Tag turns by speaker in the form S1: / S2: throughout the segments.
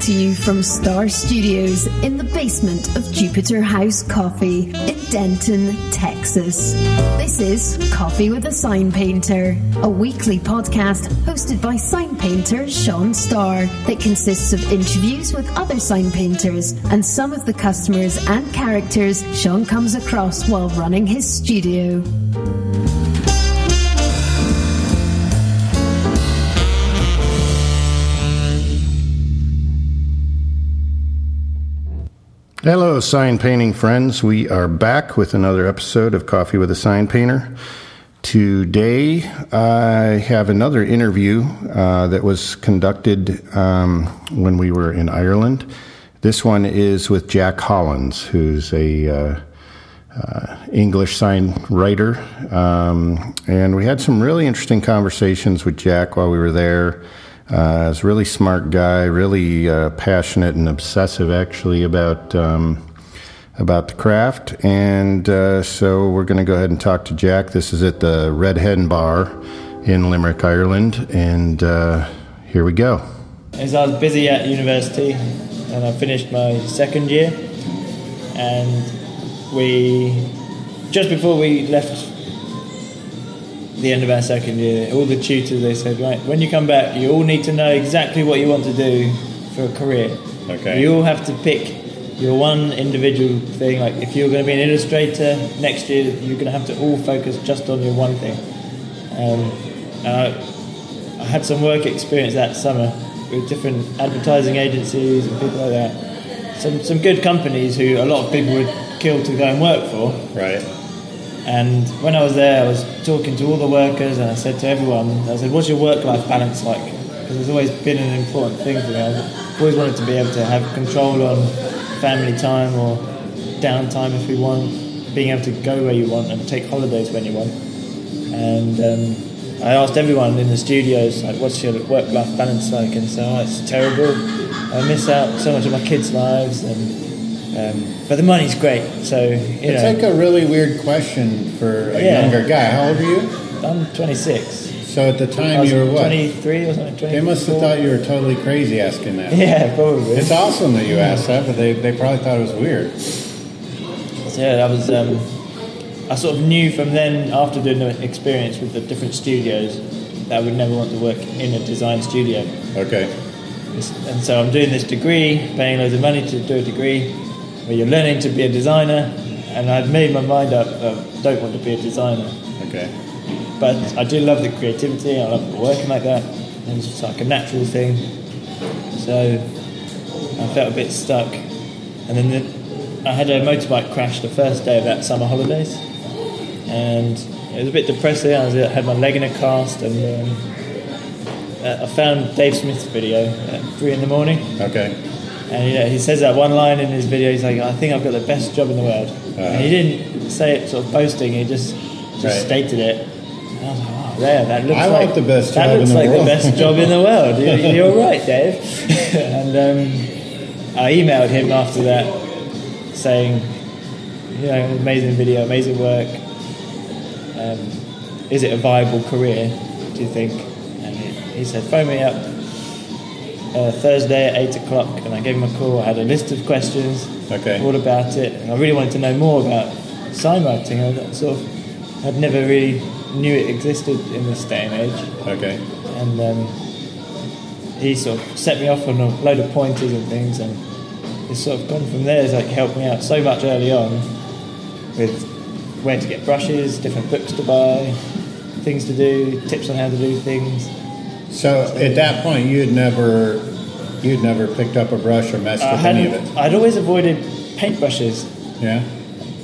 S1: to you from Star Studios in the basement of Jupiter House Coffee in Denton, Texas. This is Coffee with a Sign Painter, a weekly podcast hosted by sign painter Sean Starr that consists of interviews with other sign painters and some of the customers and characters Sean comes across while running his studio.
S2: Hello, sign painting friends. We are back with another episode of Coffee with a Sign Painter. Today, I have another interview uh, that was conducted um, when we were in Ireland. This one is with Jack Hollins, who's a uh, uh, English sign writer, um, and we had some really interesting conversations with Jack while we were there. Uh, he's a really smart guy, really uh, passionate and obsessive, actually, about um, about the craft. And uh, so we're going to go ahead and talk to Jack. This is at the Red Hen Bar in Limerick, Ireland, and uh, here we go.
S3: As I was busy at university and I finished my second year and we just before we left the end of our second year, all the tutors they said, right, when you come back you all need to know exactly what you want to do for a career.
S4: Okay.
S3: You all have to pick your one individual thing, like if you're gonna be an illustrator next year you're gonna have to all focus just on your one thing. Um, and I, I had some work experience that summer with different advertising agencies and people like that. Some some good companies who a lot of people would kill to go and work for.
S4: Right.
S3: And when I was there, I was talking to all the workers, and I said to everyone, I said, "What's your work-life balance like?" Because it's always been an important thing for me. I've always wanted to be able to have control on family time or downtime if we want, being able to go where you want and take holidays when you want. And um, I asked everyone in the studios, like, "What's your work-life balance like?" And so oh, it's terrible. I miss out so much of my kids' lives, and um, but the money's great. So you
S5: It's
S3: know,
S5: like a really weird question for a
S3: Yeah.
S5: younger guy. How old are you?
S3: I'm 26.
S5: So at the
S3: I
S5: time
S3: was
S5: you were what?
S3: 23 or something. 24.
S5: They must have thought you were totally crazy asking that.
S3: Yeah, probably.
S5: It's awesome that you asked that, but they, they probably thought it was weird.
S3: So, yeah, that was. Um, I sort of knew from then, after doing the experience with the different studios, that I would never want to work in a design studio.
S5: Okay.
S3: And so I'm doing this degree, paying loads of money to do a degree, where you're learning to be a designer. And I'd made my mind up that I don't want to be a designer.
S5: Okay.
S3: But I do love the creativity, I love working like that. And it's just like a natural thing. So I felt a bit stuck. And then the, I had a motorbike crash the first day of that summer holidays. And it was a bit depressing. I, was, I had my leg in a cast and um, uh, I found Dave Smith's video at three in the morning.
S5: Okay.
S3: And you know, he says that one line in his video. He's like, "I think I've got the best job in the world." And he didn't say it sort of boasting. He just just
S5: Uh-huh. Right.
S3: stated it. And I was like, "Wow, there, that looks
S5: I
S3: like
S5: want the best
S3: that
S5: job in
S3: looks
S5: the
S3: like
S5: world."
S3: the best job in the world." You're, you're right, Dave. and um, I emailed him after that, saying, "You know, amazing video, amazing work. Um, is it a viable career? Do you think?" And he, he said, "Phone me up." uh, Thursday at 8 o'clock and I gave him a call. I had a list of questions
S5: Okay.
S3: all about it. And I really wanted to know more about sign writing. I got sort of, I'd never really knew it existed in this day and age.
S5: Okay.
S3: And um, he sort of set me off on a load of pointers and things and it's sort of gone from there. It's like helped me out so much early on with where to get brushes, different books to buy, things to do, tips on how to do things.
S5: So at that point you had never you'd never picked up a brush or messed
S3: I
S5: with any of
S3: hadn't,
S5: it.
S3: I'd always avoided paintbrushes
S5: Yeah?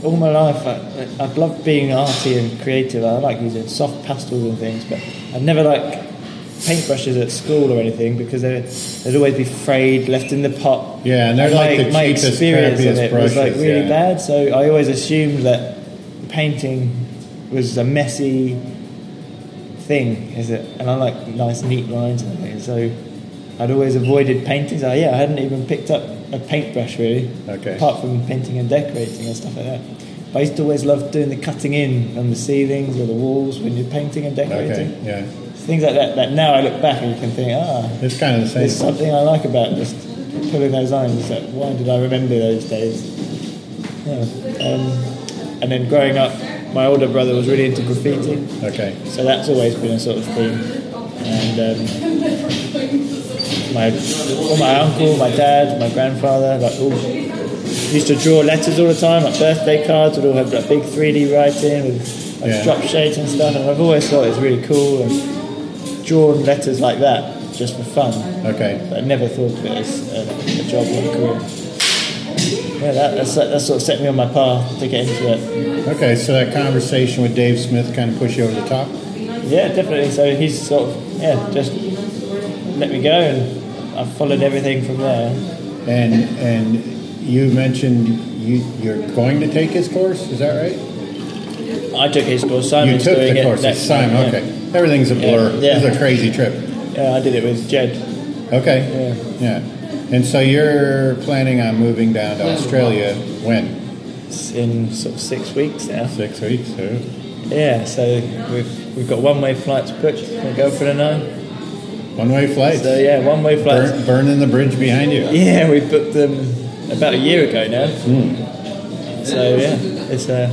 S3: all my life, I, I've loved being arty and creative. I like using soft pastels and things, but I'd never like paintbrushes at school or anything because they, they'd always be frayed, left in the pot.
S5: Yeah, and they're like the
S3: my
S5: cheapest,
S3: experience of
S5: crappiest
S3: it was like
S5: brushes,
S3: really
S5: yeah.
S3: bad. So I always assumed that painting was a messy thing, is it? And I like nice, neat lines and things. So I'd always avoided paintings. I, yeah, I hadn't even picked up a paintbrush really.
S5: Okay.
S3: Apart from painting and decorating and stuff like that. But I used to always love doing the cutting in on the ceilings or the walls when you're painting and decorating.
S5: Okay. Yeah.
S3: Things like that. That now I look back and you can think, ah,
S5: It's kind of the same.
S3: there's something I like about just pulling those lines. Like, why did I remember those days? Yeah. Um, and then growing up, my older brother was really into graffiti.
S5: Okay.
S3: So that's always been a sort of thing. And um, my, all my uncle, my dad, my grandfather, like all used to draw letters all the time, like birthday cards would all have like big 3D writing with like,
S5: Yeah.
S3: drop shapes and stuff. And I've always thought it was really cool and drawn letters like that just for fun.
S5: Okay.
S3: But I never thought of it as a, a job or a career. Yeah, that, that's, that sort of set me on my path to get into it.
S5: Okay. So that conversation with Dave Smith kind of pushed you over the top.
S3: Yeah, definitely. So he's sort of yeah, just let me go, and I followed everything from there.
S5: And and you mentioned you you're going to take his course. Is that right?
S3: I took his course.
S5: You
S3: Simon's
S5: took
S3: doing
S5: the
S3: it
S5: course. It's
S3: next
S5: Simon.
S3: month, yeah.
S5: Okay. Everything's a blur.
S3: Yeah.
S5: This is a crazy trip.
S3: Yeah, I did it with Jed.
S5: Okay. Yeah. And so you're planning on moving down to Australia when?
S3: It's in sort of six weeks now.
S5: Six weeks. Or?
S3: Yeah, so we've we've got one-way flights booked. My girlfriend and I.
S5: One way flights.
S3: So yeah, one-way flights.
S5: Burn, burning the bridge behind you.
S3: Yeah, we booked them about a year ago now.
S5: Hmm.
S3: So yeah, it's uh,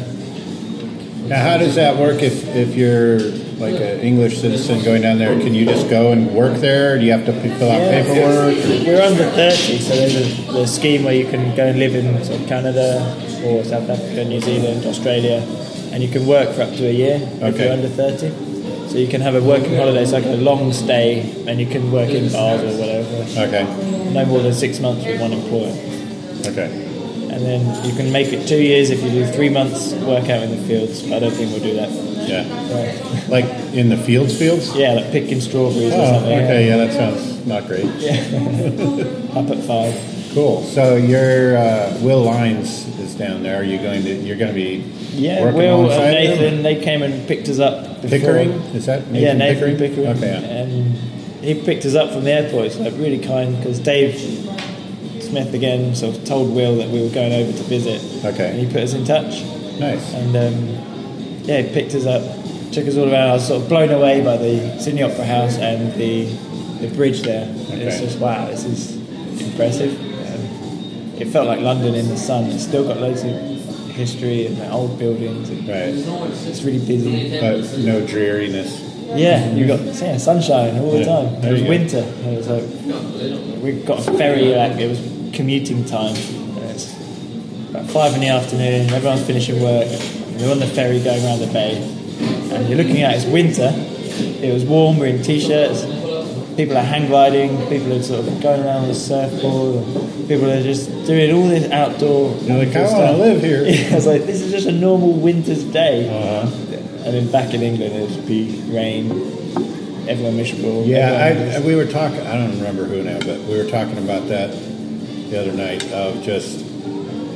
S5: Now, how does that work if, if you're like an English citizen going down there? Can you just go and work there? Do you have to p- fill out
S3: yeah,
S5: paperwork?
S3: We're under 30, so there's a, the scheme where you can go and live in sort of Canada or South Africa, New Zealand, Australia, and you can work for up to a year if
S5: Okay.
S3: you're under 30. So you can have a working holiday, it's like a long stay, and you can work in bars or whatever.
S5: Okay.
S3: No more than six months with one employer.
S5: Okay.
S3: And then you can make it two years if you do three months work out in the fields. I don't think we'll do that.
S5: Yeah.
S3: So,
S5: Like in the fields, fields?
S3: yeah, like picking strawberries or
S5: Oh,
S3: something.
S5: okay. Yeah, that sounds not great.
S3: Up at five.
S5: Cool. So your uh, Will Lines is down there. Are you going to? You're going to be
S3: Yeah,
S5: working
S3: Will
S5: alongside
S3: and
S5: them?
S3: Nathan, they came and picked us up. Before.
S5: Pickering? Is that Nathan
S3: yeah, Nathan
S5: Pickering?
S3: Pickering.
S5: Okay. yeah.
S3: And he picked us up from the airport. It's like really kind because Dave Smith again sort of told Will that we were going over to visit.
S5: Okay.
S3: And he put us in touch.
S5: Nice.
S3: And um, yeah, he picked us up, took us all around. I was sort of blown away by the Sydney Opera House and the the bridge there. It's
S5: Okay.
S3: just wow, this is impressive. Um, it felt like London in the sun. It's still got loads of history and like, old buildings. And
S5: Right.
S3: It's really busy.
S5: But no dreariness.
S3: Yeah, you got yeah, sunshine all the
S5: Yeah,
S3: time. It
S5: there
S3: was
S5: you go.
S3: winter. It was like we got a ferry. Like it was commuting time. And It's about five in the afternoon. Everyone's finishing work. You're on the ferry going around the bay, and you're looking at it's winter. It was warm. We're in t-shirts. People are hang gliding. People are sort of going around with a surfboard. People are just doing all this outdoor.
S5: You're like,
S3: outdoor
S5: I want to
S3: stuff.
S5: live here.
S3: I was like, this is just a normal winter's day.
S5: Uh-huh.
S3: And then back in England, it would be rain, everyone miserable.
S5: Yeah, I,
S3: everyone-
S5: we were talking. I don't remember who now, but we were talking about that the other night. Of just,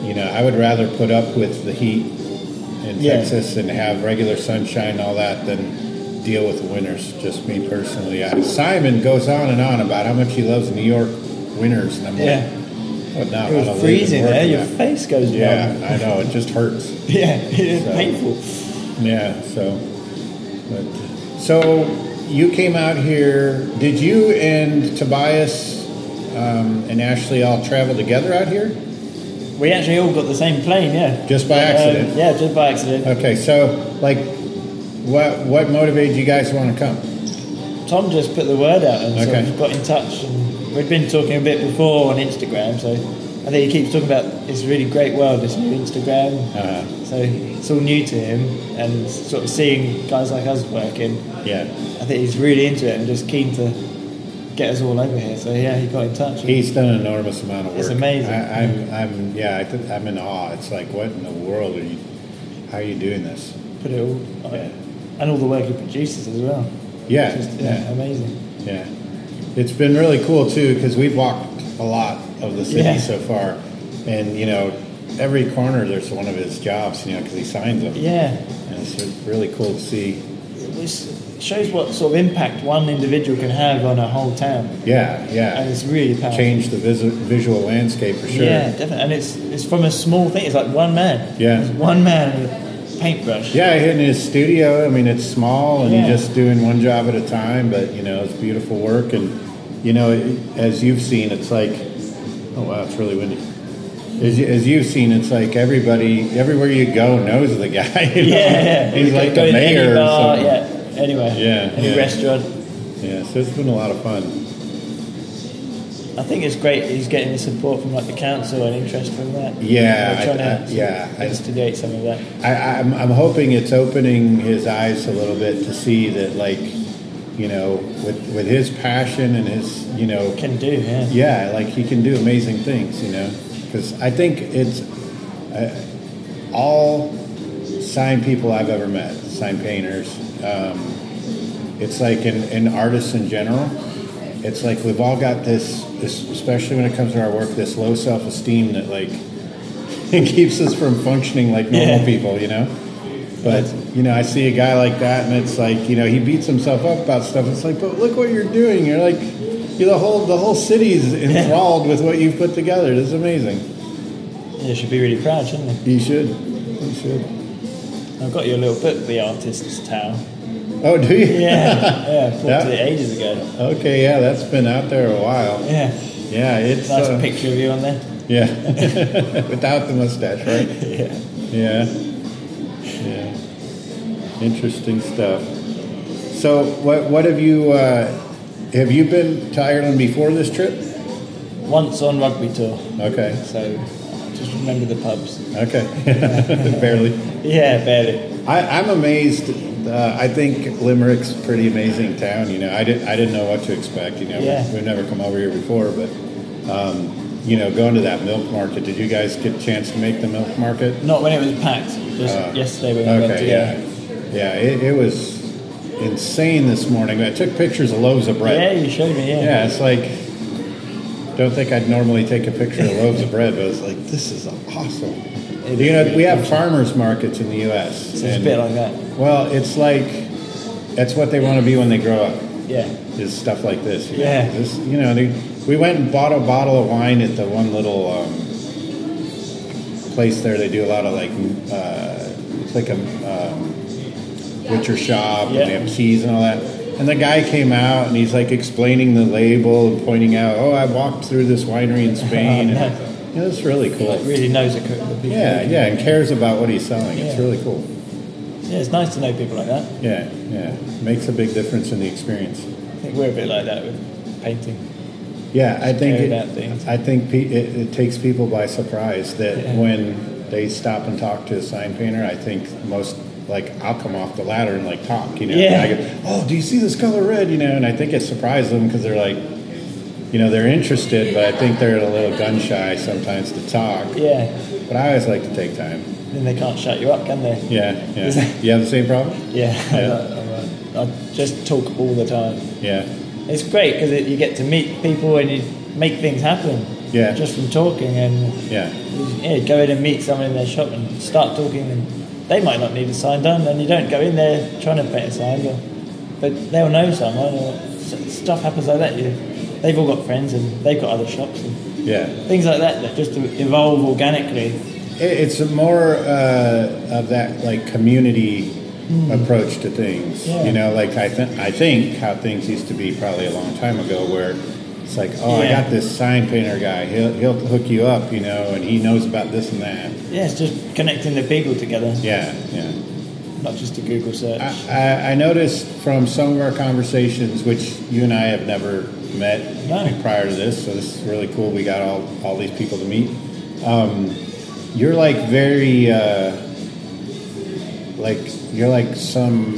S5: you know, I would rather put up with the heat in
S3: Yeah.
S5: Texas and have regular sunshine and all that than deal with the winters. Just me personally. I, Simon goes on and on about how much he loves New York winters, and I'm
S3: Yeah.
S5: like, I would not
S3: it
S5: want to
S3: was freezing
S5: live
S3: there,
S5: and
S3: your
S5: work in that.
S3: face goes numb.
S5: Yeah, I know. It just hurts.
S3: Yeah, it's
S5: So-
S3: painful.
S5: Yeah, so. But, so you came out here. Did you and Tobias um, and Ashley all travel together out here?
S3: We actually all got the same plane, yeah.
S5: Just by accident?
S3: Um, yeah, just by accident.
S5: Okay, so like, what what motivated you guys to want to come?
S3: Tom just put the word out and sort
S5: Okay.
S3: of got in touch. And we'd been talking a bit before on Instagram, so I think he keeps talking about it's a really great world, this new Instagram.
S5: Uh,
S3: So it's all new to him, and sort of seeing guys like us working,
S5: yeah,
S3: I think he's really into it and just keen to get us all over here. So yeah, he got in touch.
S5: he's done an enormous amount of work.
S3: It's amazing.
S5: I, I'm, I'm, yeah, I th- I'm in awe. It's like, what in the world are you? How are you doing this?
S3: put it all,
S5: Yeah.
S3: and all the work he produces as well.
S5: Yeah,
S3: Just,
S5: yeah.
S3: yeah, amazing.
S5: Yeah, it's been really cool too because we've walked a lot of the city
S3: Yeah.
S5: so far, and you know, every corner there's one of his jobs, you know, because he signs them.
S3: Yeah,
S5: and it's really cool to see.
S3: it was- shows what sort of impact one individual can have on a whole town,
S5: Yeah,
S3: and
S5: yeah,
S3: it's really powerful.
S5: change the visu- visual landscape for sure.
S3: Yeah, definitely, and it's it's from a small thing. It's like one man.
S5: Yeah.
S3: It's one man with a paintbrush.
S5: Yeah, in his studio, I mean, it's small and
S3: Yeah.
S5: you're just doing one job at a time, but you know, it's beautiful work. And you know, it- as you've seen, it's like Oh wow, it's really windy. As, you, as you've seen, it's like everybody, everywhere you go, knows the guy. you know?
S3: Yeah,
S5: he's
S3: yeah.
S5: like
S3: Go to
S5: the mayor.
S3: Any
S5: or
S3: bar,
S5: something.
S3: yeah, anywhere.
S5: Yeah,
S3: Any
S5: yeah.
S3: restaurant.
S5: yeah. So it's been a lot of fun.
S3: I think it's great he's getting the support from like the council and interest from that.
S5: Yeah,
S3: We're trying
S5: I-
S3: to
S5: I- yeah, I-
S3: instigate some of that.
S5: I, I'm, I'm hoping it's opening his eyes a little bit to see that, like, you know, with with his passion and his, you know,
S3: Can do, yeah.
S5: yeah, like he can do amazing things, you know. Because I think it's uh, all sign people I've ever met, sign painters. Um, it's like in, in artists in general. It's like we've all got this, this, especially when it comes to our work, this low self esteem that like it keeps us from functioning like normal
S3: Yeah.
S5: people, you know. But you know, I see a guy like that, and it's like you know he beats himself up about stuff. It's like, but look what you're doing. You're like, you're the whole the whole city's enthralled with what you've put together. It's amazing.
S3: They should be really proud, shouldn't they?
S5: You should. You should.
S3: I've got your little book, The Artist's Towel.
S5: Oh, do you?
S3: Yeah, yeah, I bought
S5: Yeah.
S3: it ages ago.
S5: Okay, yeah, that's been out there a while.
S3: Yeah,
S5: Yeah, it's
S3: nice
S5: uh,
S3: picture of you on there.
S5: Yeah, without the mustache, right?
S3: Yeah.
S5: Yeah. Yeah. Interesting stuff. So, what what have you uh, have you been to Ireland before this trip?
S3: Once on rugby tour,
S5: Okay.
S3: so just remember the pubs.
S5: Okay. Barely.
S3: Yeah, barely.
S5: I, I'm amazed. Uh, I think Limerick's a pretty amazing town. You know, I didn't I didn't know what to expect. You know,
S3: Yeah.
S5: we've never come over here before, but um, you know, going to that milk market. Did you guys get a chance to make the milk market?
S3: Not when it was packed, just
S5: Uh,
S3: yesterday when we went
S5: Okay, yeah,
S3: together.
S5: yeah. It, it was insane this morning. I took pictures of loaves of bread.
S3: Yeah, you showed me, yeah.
S5: Yeah, it's like don't think I'd normally take a picture of loaves of bread, but it's like this is awesome.
S3: It
S5: you
S3: is
S5: know,
S3: really
S5: we have farmers markets in the U.S.
S3: So it's a bit like that.
S5: well, it's like that's what they want to be when they grow up.
S3: Yeah.
S5: Is stuff like this. You know?
S3: Yeah.
S5: This, you know, they, we went and bought a bottle of wine at the one little um, place there. They do a lot of like uh, it's like a um, butcher shop
S3: Yeah.
S5: and they have cheese and all that. And the guy came out and he's like explaining the label and pointing out, oh, I walked through this winery in Spain.
S3: Oh,
S5: and, yeah, that's really cool.
S3: Really knows the cook. The people.
S5: Yeah, yeah, and cares about what he's selling. It's
S3: Yeah.
S5: really cool.
S3: Yeah, it's nice to know people like that.
S5: Yeah, yeah, makes a big difference in the experience.
S3: I think we're a bit like that with painting.
S5: Yeah, I think
S3: care about things.
S5: it, I think pe- it, it takes people by surprise that
S3: Yeah.
S5: when they stop and talk to a sign painter, I think most like I'll come off the ladder and like talk, you know.
S3: Yeah.
S5: I go, oh, do you see this color red? You know, and I think it surprised them because they're like, you know, they're interested, but I think they're a little gun shy sometimes to talk.
S3: Yeah,
S5: But I always like to take time.
S3: then they can't shut you up, can they?
S5: Yeah, yeah. you have the same problem?
S3: Yeah,
S5: Yeah.
S3: I, just talk all the time.
S5: Yeah,
S3: It's great because it, you get to meet people and you make things happen.
S5: Yeah.
S3: just from talking and
S5: yeah,
S3: yeah, go in and meet someone in their shop and start talking. And they might not need a sign done, and you don't go in there trying to paint a sign, but, but they'll know someone. Or s- stuff happens like that. You, they've all got friends and they've got other shops and
S5: yeah.
S3: things like that that just evolve organically.
S5: It- It's a more uh, of that like community approach to things.
S3: Hmm. Yeah.
S5: You know, like I think I think how things used to be probably a long time ago, where it's like, oh, I
S3: Yeah.
S5: got this sign painter guy. He'll he'll hook you up, you know, and he knows about this and that.
S3: Yeah, it's just connecting the people together,
S5: Yeah, yeah.
S3: not just a Google search.
S5: I, I, I noticed from some of our conversations, which you and I have never met
S3: No.
S5: prior to this, so this is really cool. We got all, all these people to meet. Um, you're like very, uh, like, you're like some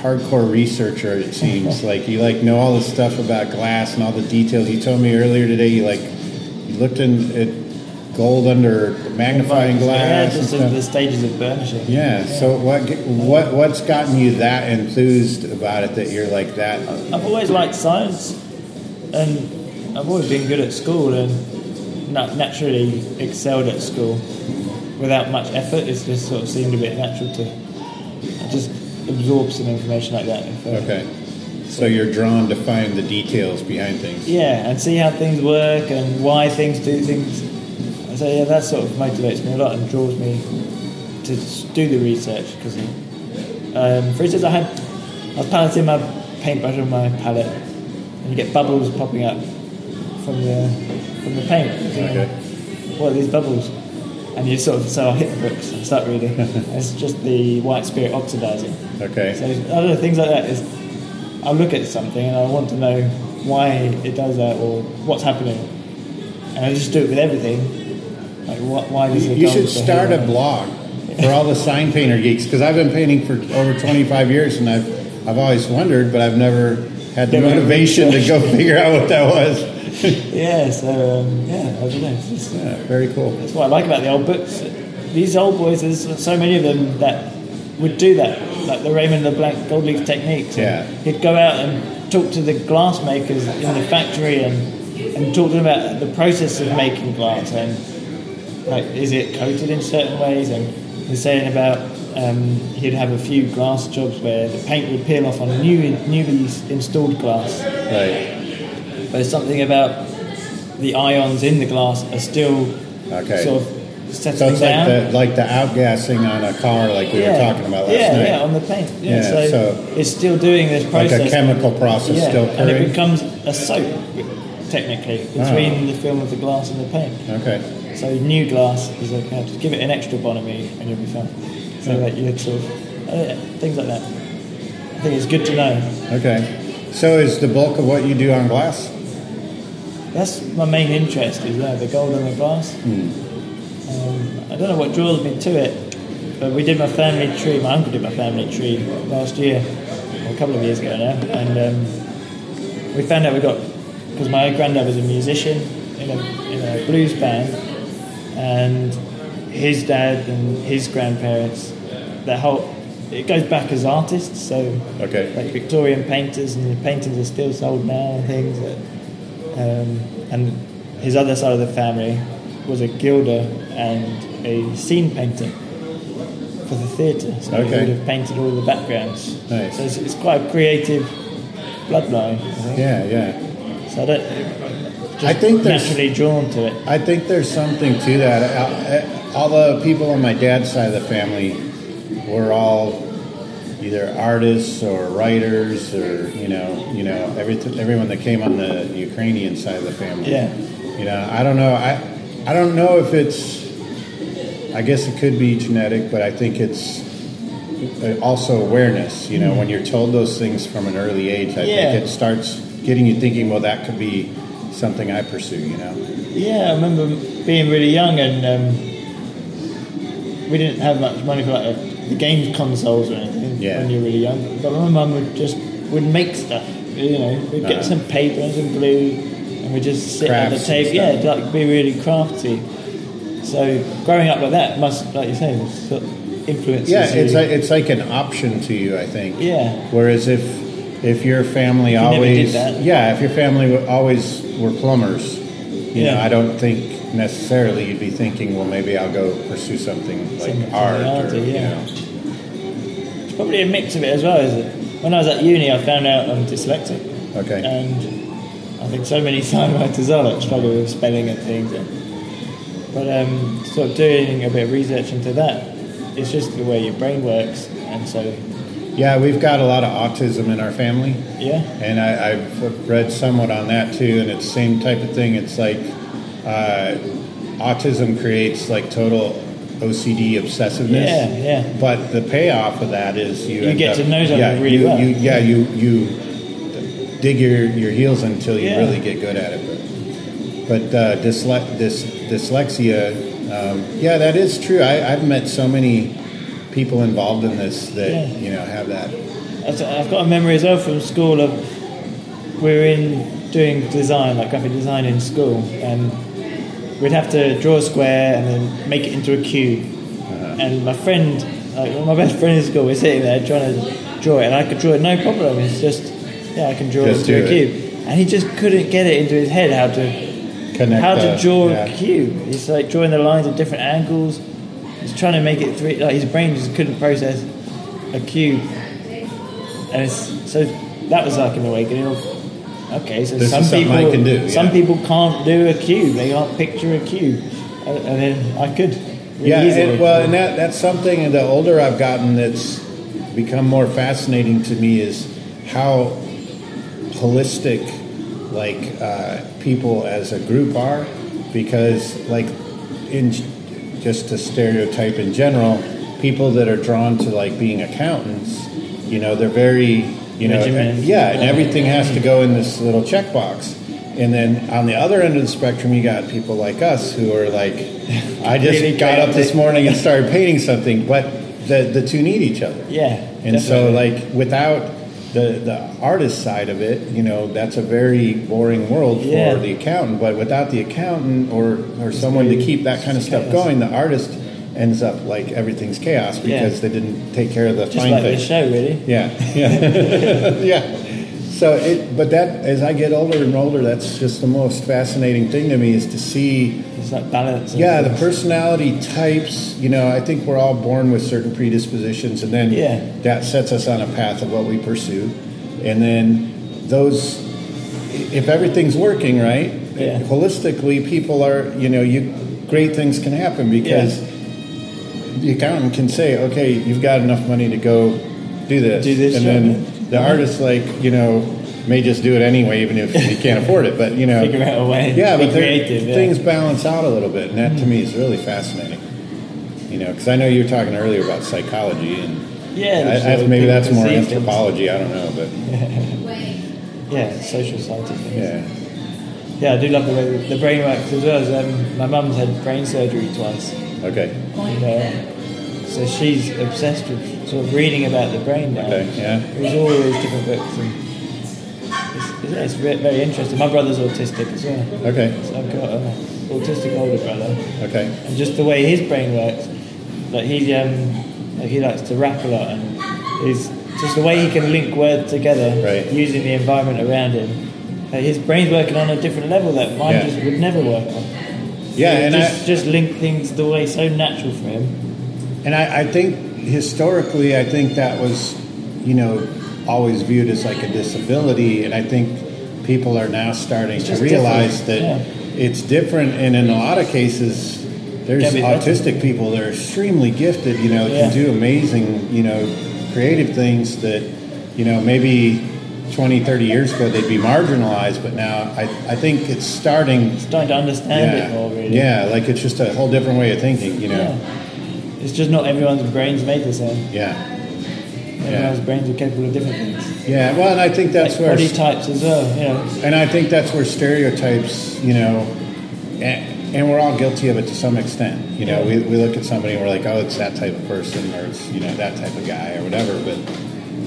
S5: hardcore researcher, it seems. like, you like know all the stuff about glass and all the details. You told me earlier today, you like, you looked in at gold under magnifying glass.
S3: Yeah,
S5: and
S3: just
S5: stuff.
S3: the, the stages of burnishing.
S5: Yeah. So what what what's gotten you that enthused about it that you're like that?
S3: I've always liked science, and I've always been good at school, and na- naturally excelled at school without much effort. It's just sort of seemed a bit natural to just absorb some information like that. If, uh,
S5: Okay. So you're drawn to find the details behind things.
S3: Yeah, and see how things work and why things do things. So yeah, that sort of motivates me a lot and draws me to s- do the research. Because, um, for instance, I had I was painting my paintbrush on my palette, and you get bubbles popping up from the from the paint. You know,
S5: Okay.
S3: What are these bubbles? And you sort of so I hit the bricks and start reading. it's just the white spirit oxidizing.
S5: Okay.
S3: So I don't know things like that is I look at something and I want to know why it does that or what's happening, and I just do it with everything. Like what? Why does
S5: You,
S3: it?
S5: you
S3: go
S5: should
S3: with the
S5: start
S3: halo?
S5: a blog for all the sign painter geeks because I've been painting for over 25 years and I've I've always wondered, but I've never had the
S3: Never
S5: motivation to go figure out what that was.
S3: Yeah. So um, yeah, I don't know. It's just-
S5: Yeah, very cool.
S3: That's what I like about the old books. These old boys, there's so many of them that would do that, like the Raymond LeBlanc gold leaf techniques. And
S5: Yeah.
S3: He'd go out and talk to the glass makers in the factory and, and talk to them about the process of making glass and like is it coated in certain ways and he's saying about um, he'd have a few glass jobs where the paint would peel off on new newly installed glass
S5: Right.
S3: but it's something about the ions in the glass are still
S5: Okay.
S3: sort of settling
S5: So it's like
S3: down.
S5: the like the outgassing on a car, like we were talking about last
S3: yeah,
S5: night.
S3: yeah, on the paint. Yeah,
S5: Yeah,
S3: so,
S5: so-
S3: it's still doing this
S5: like
S3: process.
S5: a chemical process
S3: yeah,
S5: still
S3: and it
S5: occurring.
S3: becomes a soap, technically, between
S5: Ah.
S3: the film of the glass and the paint.
S5: okay.
S3: So new glass is like, oh, just give it an extra Bonamy and you'll be fine. So that you sort of, uh, things like that. I think it's good to know.
S5: Okay. So is the bulk of what you do on glass?
S3: That's my main interest is uh, the gold and the glass. Um, I don't know what draws me to it, but we did my family tree. My uncle did my family tree last year, or a couple of years ago now, and um, we found out we got because my granddad was a musician in a, in a blues band, and his dad and his grandparents, their whole it goes back as artists, so
S5: Okay.
S3: like Victorian painters, and the paintings are still sold now and things. Um, and his other side of the family was a gilder and a scene painter for the theatre. So he
S5: Okay.
S3: would have painted all the backgrounds.
S5: Nice. Mm-hmm.
S3: So it's, it's quite a creative bloodline. I think.
S5: Yeah, yeah.
S3: So I don't
S5: I think there's
S3: naturally drawn to it.
S5: I think there's something to that. I, I, all the people on my dad's side of the family were all either artists or writers or you know, you know, everything, everyone that came on the Ukrainian side of the family.
S3: Yeah.
S5: You know, I don't know. I I don't know if it's. I guess it could be genetic, but I think it's uh, also awareness. You know, when you're told those things from an early age, I
S3: Mm-hmm. Yeah.
S5: think it starts getting you thinking. Well, that could be something I pursue. You know.
S3: Yeah, I remember being really young and um, we didn't have much money for like the games consoles or anything
S5: Yeah.
S3: when you were really young. But my mum would just would make stuff. You know, we'd
S5: Uh-huh.
S3: get some paper and some glue, and we'd just sit at the
S5: Crafts and
S3: table. Yeah, like be really crafty. So growing up like that must, like you say, sort of influences
S5: Yeah,
S3: you.
S5: it's like, it's like an option to you, I think.
S3: Yeah.
S5: Whereas if if your family
S3: never did
S5: always
S3: that.
S5: yeah, if your family were- always were plumbers, you know,
S3: Yeah.
S5: I don't think necessarily you'd be thinking, well, maybe I'll go pursue something like
S3: Something
S5: art
S3: art,
S5: or
S3: yeah.
S5: you know.
S3: it's probably a mix of it as well. Is it? When I was at uni, I found out I'm dyslexic.
S5: Okay.
S3: Uh, And I think so many sign writers are like struggle with spelling and things. And, but um, sort of doing a bit of research into that, it's just the way your brain works. And so,
S5: Yeah, we've got a lot of autism in our family.
S3: Yeah.
S5: And I, I've read somewhat on that too, and it's the same type of thing. It's like uh, autism creates like total OCD obsessiveness.
S3: Yeah, yeah.
S5: But the payoff of that is you,
S3: You
S5: end
S3: get
S5: up-
S3: to know something
S5: yeah,
S3: really
S5: you,
S3: well.
S5: You, yeah, you you dig your, your heels until you
S3: Yeah.
S5: really get good at it. But but uh, dysle- dys- dyslexia, um, yeah, that is true. I, I've met so many people involved in this that
S3: Yeah.
S5: you know have that.
S3: I've I've got a memory as well from school of we were in doing design, like graphic design in school, and we'd have to draw a square and then make it into a cube.
S5: Uh-huh.
S3: And my friend, like one of my best friend in school, was sitting there trying to draw it, and I could draw it no problem. It's just, yeah, I can draw
S5: Just
S3: it into a
S5: do it.
S3: cube. And he just couldn't get it into his head how to
S5: Connect
S3: how
S5: the-
S3: to draw
S5: yeah.
S3: a cube. He's like drawing the lines at different angles. He's trying to make it three. Like his brain just couldn't process a cube, and it's so that was like an awakening. Of, okay, so
S5: This is
S3: some
S5: something
S3: people
S5: I can do,
S3: some
S5: yeah.
S3: people can't do a cube. They can't picture a cube, and, and then I could. really
S5: yeah,
S3: easily.
S5: and, well, and that, that's something. The older I've gotten, that's become more fascinating to me is how holistic like uh, people as a group are because like in just a stereotype in general people that are drawn to like being accountants you know they're very you know
S3: Regimented.
S5: yeah and everything has to go in this little checkbox and then on the other end of the spectrum you got people like us who are like i
S3: Really
S5: just got up this
S3: chaotic.
S5: morning and started painting something but the, the two need each other
S3: Yeah,
S5: and so
S3: definitely.
S5: like without the the artist side of it you know that's a very boring world
S3: Yeah.
S5: for the accountant but without the accountant or or someone to keep that kind of
S3: it's
S5: stuff
S3: chaos.
S5: going the artist ends up like everything's chaos
S3: Yeah.
S5: because they didn't take care of the
S3: Just
S5: fine
S3: like this
S5: things
S3: show, really.
S5: yeah yeah yeah so it but that as i get older and older that's just the most fascinating thing to me is to see
S3: It's like balance. and-
S5: yeah, the personality types, you know, I think we're all born with certain predispositions, and then
S3: Yeah.
S5: that sets us on a path of what we pursue. And then those, if everything's working right,
S3: Yeah.
S5: holistically, people are, you know, you great things can happen because the accountant can say, okay, you've got enough money to go do this.
S3: Do this
S5: and
S3: job.
S5: then the artist, like, you know, may just do it anyway, even if he can't afford it, but, you know
S3: Figure out a way.
S5: yeah,
S3: Be
S5: but they're-
S3: creative. Yeah.
S5: things balance out a little bit, and that to me is really fascinating. You know, because I know you were talking earlier about psychology, and
S3: Yeah,
S5: I-
S3: just
S5: I-
S3: the way
S5: maybe
S3: people
S5: that's more
S3: perceive things.
S5: anthropology. I don't know, but
S3: Yeah, social scientific.
S5: yeah,
S3: Yeah, I do love the way the brain works as well. As, um, my mum's had brain surgery twice,
S5: okay,
S3: and uh, so she's obsessed with sort of reading about the brain now.
S5: okay, yeah,
S3: There's all these different books, and it's, it's, it's ve- very interesting. My brother's autistic as well.
S5: okay,
S3: So I've got an autistic older brother,
S5: okay,
S3: and just the way his brain works, like he um, like he likes to rap a lot, and he's just the way he can link words together
S5: Right.
S3: using the environment around him. Like his brain's working on a different level that mine
S5: Yeah.
S3: just would never work on.
S5: yeah,
S3: He
S5: and
S3: just,
S5: I
S3: just link things the way so natural for him.
S5: and I, I think historically, I think that was, you know, always viewed as like a disability, and I think people are now starting to
S3: just
S5: realize that
S3: different,
S5: it's different, and in a lot of cases, there's
S3: Can be better.
S5: autistic people that are extremely gifted, you know,
S3: Yeah.
S5: can do amazing, you know, creative things that, you know, maybe 20, 30 years ago they'd be marginalized, but now I, I think it's starting.
S3: Starting to understand it more, really.
S5: yeah, like it's just a whole different way of thinking, you know.
S3: Yeah. It's just not everyone's brains made the same.
S5: yeah.
S3: Everyone's brains are capable of different things.
S5: Yeah, well, and I think that's
S3: Like
S5: where,
S3: body types as well, you know.
S5: and I think that's where stereotypes, you know, and, and we're all guilty of it to some extent. You know, we, we look at somebody and we're like, oh, it's that type of person, or it's you know that type of guy, or whatever. But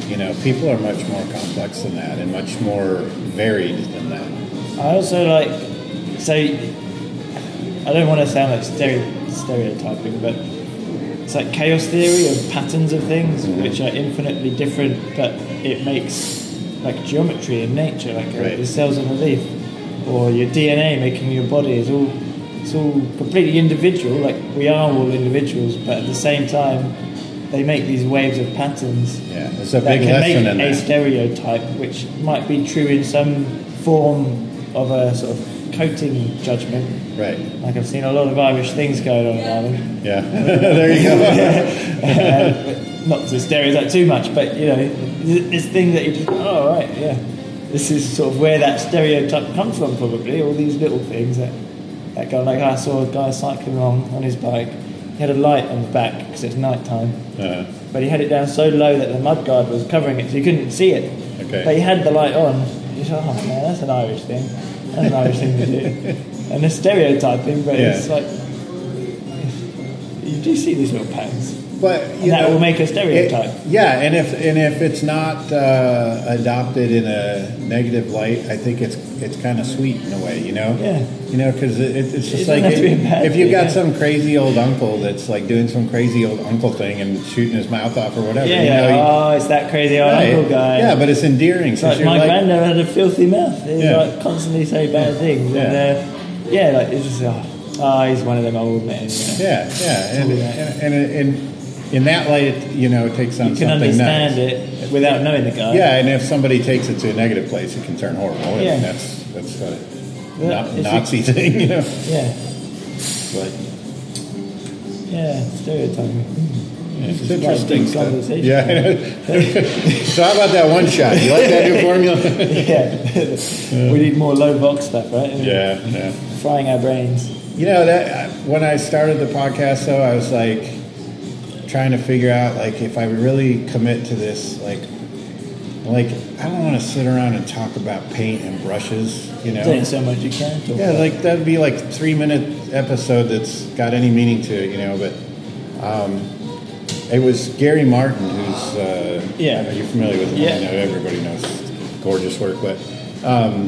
S5: you know, people are much more complex than that, and much more varied than that.
S3: I also like so I don't want to sound like stereo, stereotyping, but it's like chaos theory of patterns of things which are infinitely different, but it makes like geometry in nature, like uh,
S5: Right.
S3: the cells on a leaf, or your DNA making your body is all it's all completely individual. Like we are all individuals, but at the same time, they make these waves of patterns
S5: Yeah, it's a
S3: that
S5: big
S3: can
S5: lesson in
S3: make a
S5: that.
S3: stereotype, which might be true in some form of a sort of coating judgment.
S5: Right.
S3: Like I've seen a lot of Irish things going on in Ireland.
S5: Yeah. there you
S3: Uh,
S5: go.
S3: not to stereotype too much, but you know, th- this thing that you just oh right, yeah, this is sort of where that stereotype comes from, probably. All these little things that that go on. like I saw a guy cycling along on his bike. He had a light on the back because it's night time.
S5: Uh,
S3: But he had it down so low that the mudguard was covering it, so you couldn't see it.
S5: Okay.
S3: But he had the light on. You thought, oh man, that's an Irish thing. That's an Irish thing to do. And the stereotyping, but
S5: Yeah.
S3: it's like you do see these little patterns.
S5: But you
S3: that
S5: know,
S3: will make a stereotype.
S5: it- yeah, and if and if it's not uh, adopted in a negative light, I think it's it's kind of sweet in a way, you know.
S3: Yeah.
S5: You know, because it, it, it's just
S3: doesn't
S5: like
S3: have to be a bad
S5: if you
S3: thing,
S5: got
S3: yeah.
S5: some crazy old uncle that's like doing some crazy old uncle thing and shooting his mouth off or whatever.
S3: Yeah,
S5: you know,
S3: yeah.
S5: you-
S3: oh, it's that crazy old
S5: right.
S3: uncle guy.
S5: Yeah, but it's endearing.
S3: It's like my granddad had a filthy mouth. He
S5: Yeah.
S3: like constantly say bad things. And, uh, yeah, like it's just oh, oh, he's one of them old men. You, know.
S5: Yeah, yeah, and
S3: all
S5: and, and, and in that light, it, you know, it takes on
S3: you can
S5: something
S3: understand
S5: nice.
S3: it without knowing the guy.
S5: Yeah, and if somebody takes it to a negative place, it can turn horrible. and
S3: Yeah.
S5: that's that's a
S3: Yeah,
S5: Na-
S3: if you-
S5: Nazi thing, you know.
S3: yeah,
S5: But
S3: yeah. Stereotyping.
S5: It's
S3: It's like
S5: interesting.
S3: deep
S5: stuff.
S3: conversation.
S5: Yeah. I know. so how about that one shot? You like that new formula?
S3: yeah. we need more low box stuff, right?
S5: yeah. Yeah.
S3: Frying our brains.
S5: You know that uh, when I started the podcast, though, I was like trying to figure out like if I really commit to this, like, like I don't want to sit around and talk about paint and brushes, you know.
S3: Doing so much you can talk
S5: Yeah,
S3: about.
S5: like that'd be like three minute episode that's got any meaning to it, you know. But um, it was Gary Martin, who's uh,
S3: Yeah.
S5: you're familiar with him.
S3: Yeah.
S5: I know everybody knows gorgeous work, but um,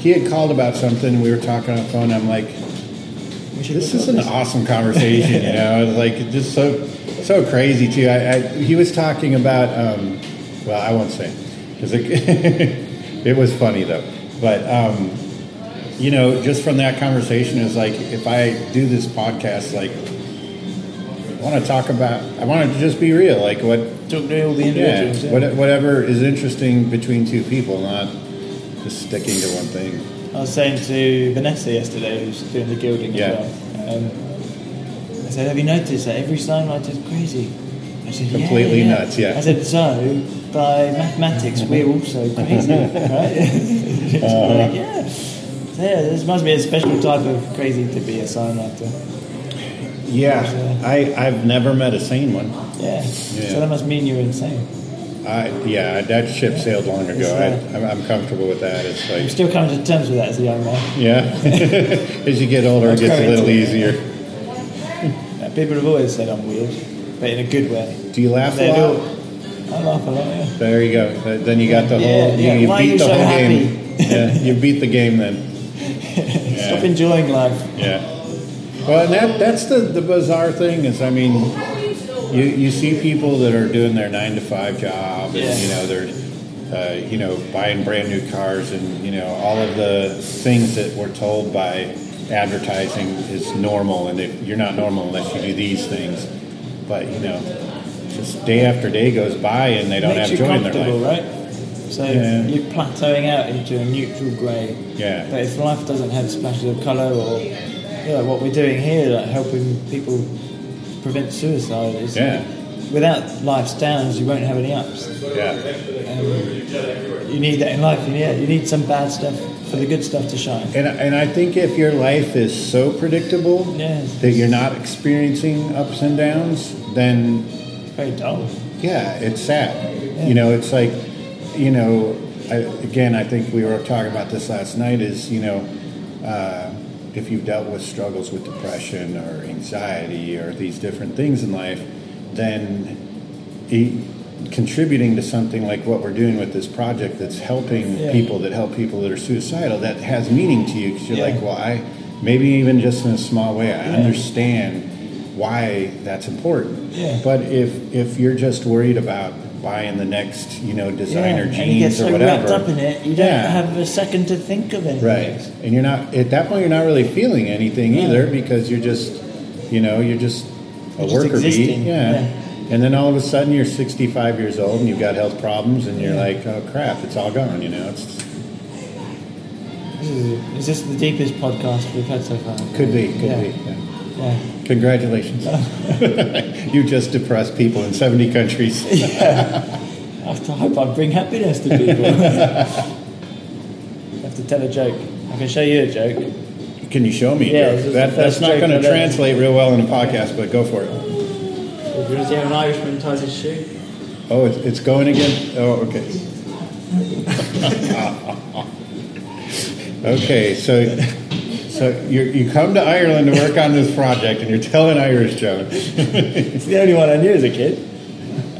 S5: he had called about something. We were talking on the phone. I'm like, this is an awesome conversation, you know. It's like it's just so so crazy too. I, I he was talking about um, well, I won't say because it, it was funny though, but. Um, you know, just from that conversation is like if I do this podcast, like I want to talk about, I want to just be real, like what,
S3: Talk to all the
S5: yeah,
S3: individuals. Yeah.
S5: what, whatever is interesting between two people, not just sticking to one thing.
S3: I was saying to Vanessa yesterday, who's doing the gilding
S5: Yeah.
S3: as well. Um, I said, "Have you noticed that every signwriter is crazy?" I said, "Yeah,
S5: Completely nuts, yeah.
S3: I said, "So by mathematics, we're also crazy, right?" She was
S5: Uh-huh.
S3: like, yeah. So, yeah, this must be a special type of crazy to be a signwriter.
S5: Yeah, I, I've never met a sane one.
S3: Yeah.
S5: Yeah.
S3: So that must mean you're insane.
S5: I, yeah, that ship sailed long ago. I, I'm, I'm comfortable with that. It's
S3: I'm
S5: like,
S3: still coming to terms with that as a young man.
S5: yeah, as you get older, it gets a little easier.
S3: Yeah, people have always said I'm weird, but in a good way.
S5: Do you laugh a
S3: They do.
S5: lot?
S3: I laugh a lot. Yeah.
S5: There you go. Th- Then you got the
S3: Yeah,
S5: whole. You,
S3: yeah.
S5: you
S3: Why are
S5: beat
S3: you
S5: the
S3: so
S5: whole game.
S3: happy?
S5: Yeah, you beat the game then.
S3: Stop enjoying life.
S5: Yeah. Well, and that, that's the, the bizarre thing is, I mean, you, you see people that are doing their nine to five job, and
S3: Yeah.
S5: you know they're, uh, you know, buying brand new cars, and you know all of the things that we're told by advertising is normal, and that you're not normal unless you do these things. But you know, just day after day goes by, and they don't
S3: Makes
S5: have
S3: you
S5: joy in their life.
S3: comfortable, right? So
S5: Yeah.
S3: you're plateauing out into a neutral grey.
S5: Yeah.
S3: But if life doesn't have splashes of colour, or you know, what we're doing here, like helping people prevent suicide, is
S5: Yeah.
S3: without life's downs, you won't have any ups. Um,
S5: Yeah.
S3: You need that in life. and Yeah, you need some bad stuff for the good stuff to shine.
S5: And, and I think if your life is so predictable
S3: Yes.
S5: that you're not experiencing ups and downs, then
S3: It's very dull.
S5: yeah, it's sad. You know, it's like, you know, I, again, I think we were talking about this last night is, you know, uh, if you've dealt with struggles with depression or anxiety or these different things in life, then e- contributing to something like what we're doing with this project that's helping
S3: Yeah.
S5: people that help people that are suicidal, that has meaning to you because you're
S3: Yeah.
S5: like, well, I, maybe even just in a small way, I understand why that's important.
S3: Yeah.
S5: But if if you're just worried about buying the next, you know, designer
S3: yeah, and you get
S5: jeans
S3: so
S5: or whatever,
S3: wrapped up in it, you don't
S5: Yeah.
S3: have a second to think of anything.
S5: right? And you're not at that point. You're not really feeling anything
S3: Yeah.
S5: either because you're just, you know, you're just a
S3: You're just
S5: worker bee.
S3: existing,
S5: Yeah.
S3: yeah.
S5: And then all of a sudden you're 65 years old and you've got health problems and you're like, oh crap, it's all gone. You know, it's
S3: This is, is this the deepest podcast we've had so far?
S5: could be, could
S3: Yeah.
S5: be. Yeah.
S3: Yeah.
S5: Congratulations, you just depressed people in 70 countries.
S3: I have to hope I bring happiness to people. I have to tell a joke. I can show you a joke.
S5: Can you show me?
S3: Yeah, this is
S5: that,
S3: the
S5: that's
S3: first
S5: not
S3: joke
S5: going to
S3: I've ever-
S5: translate real well in a podcast, but go for it.
S3: If you want to see how an Irishman ties his shoe?
S5: Oh, it's, it's going again? Oh, okay. okay, so so you you come to Ireland to work on this project, and you're telling Irish joke.
S3: It's the only one I knew as a kid.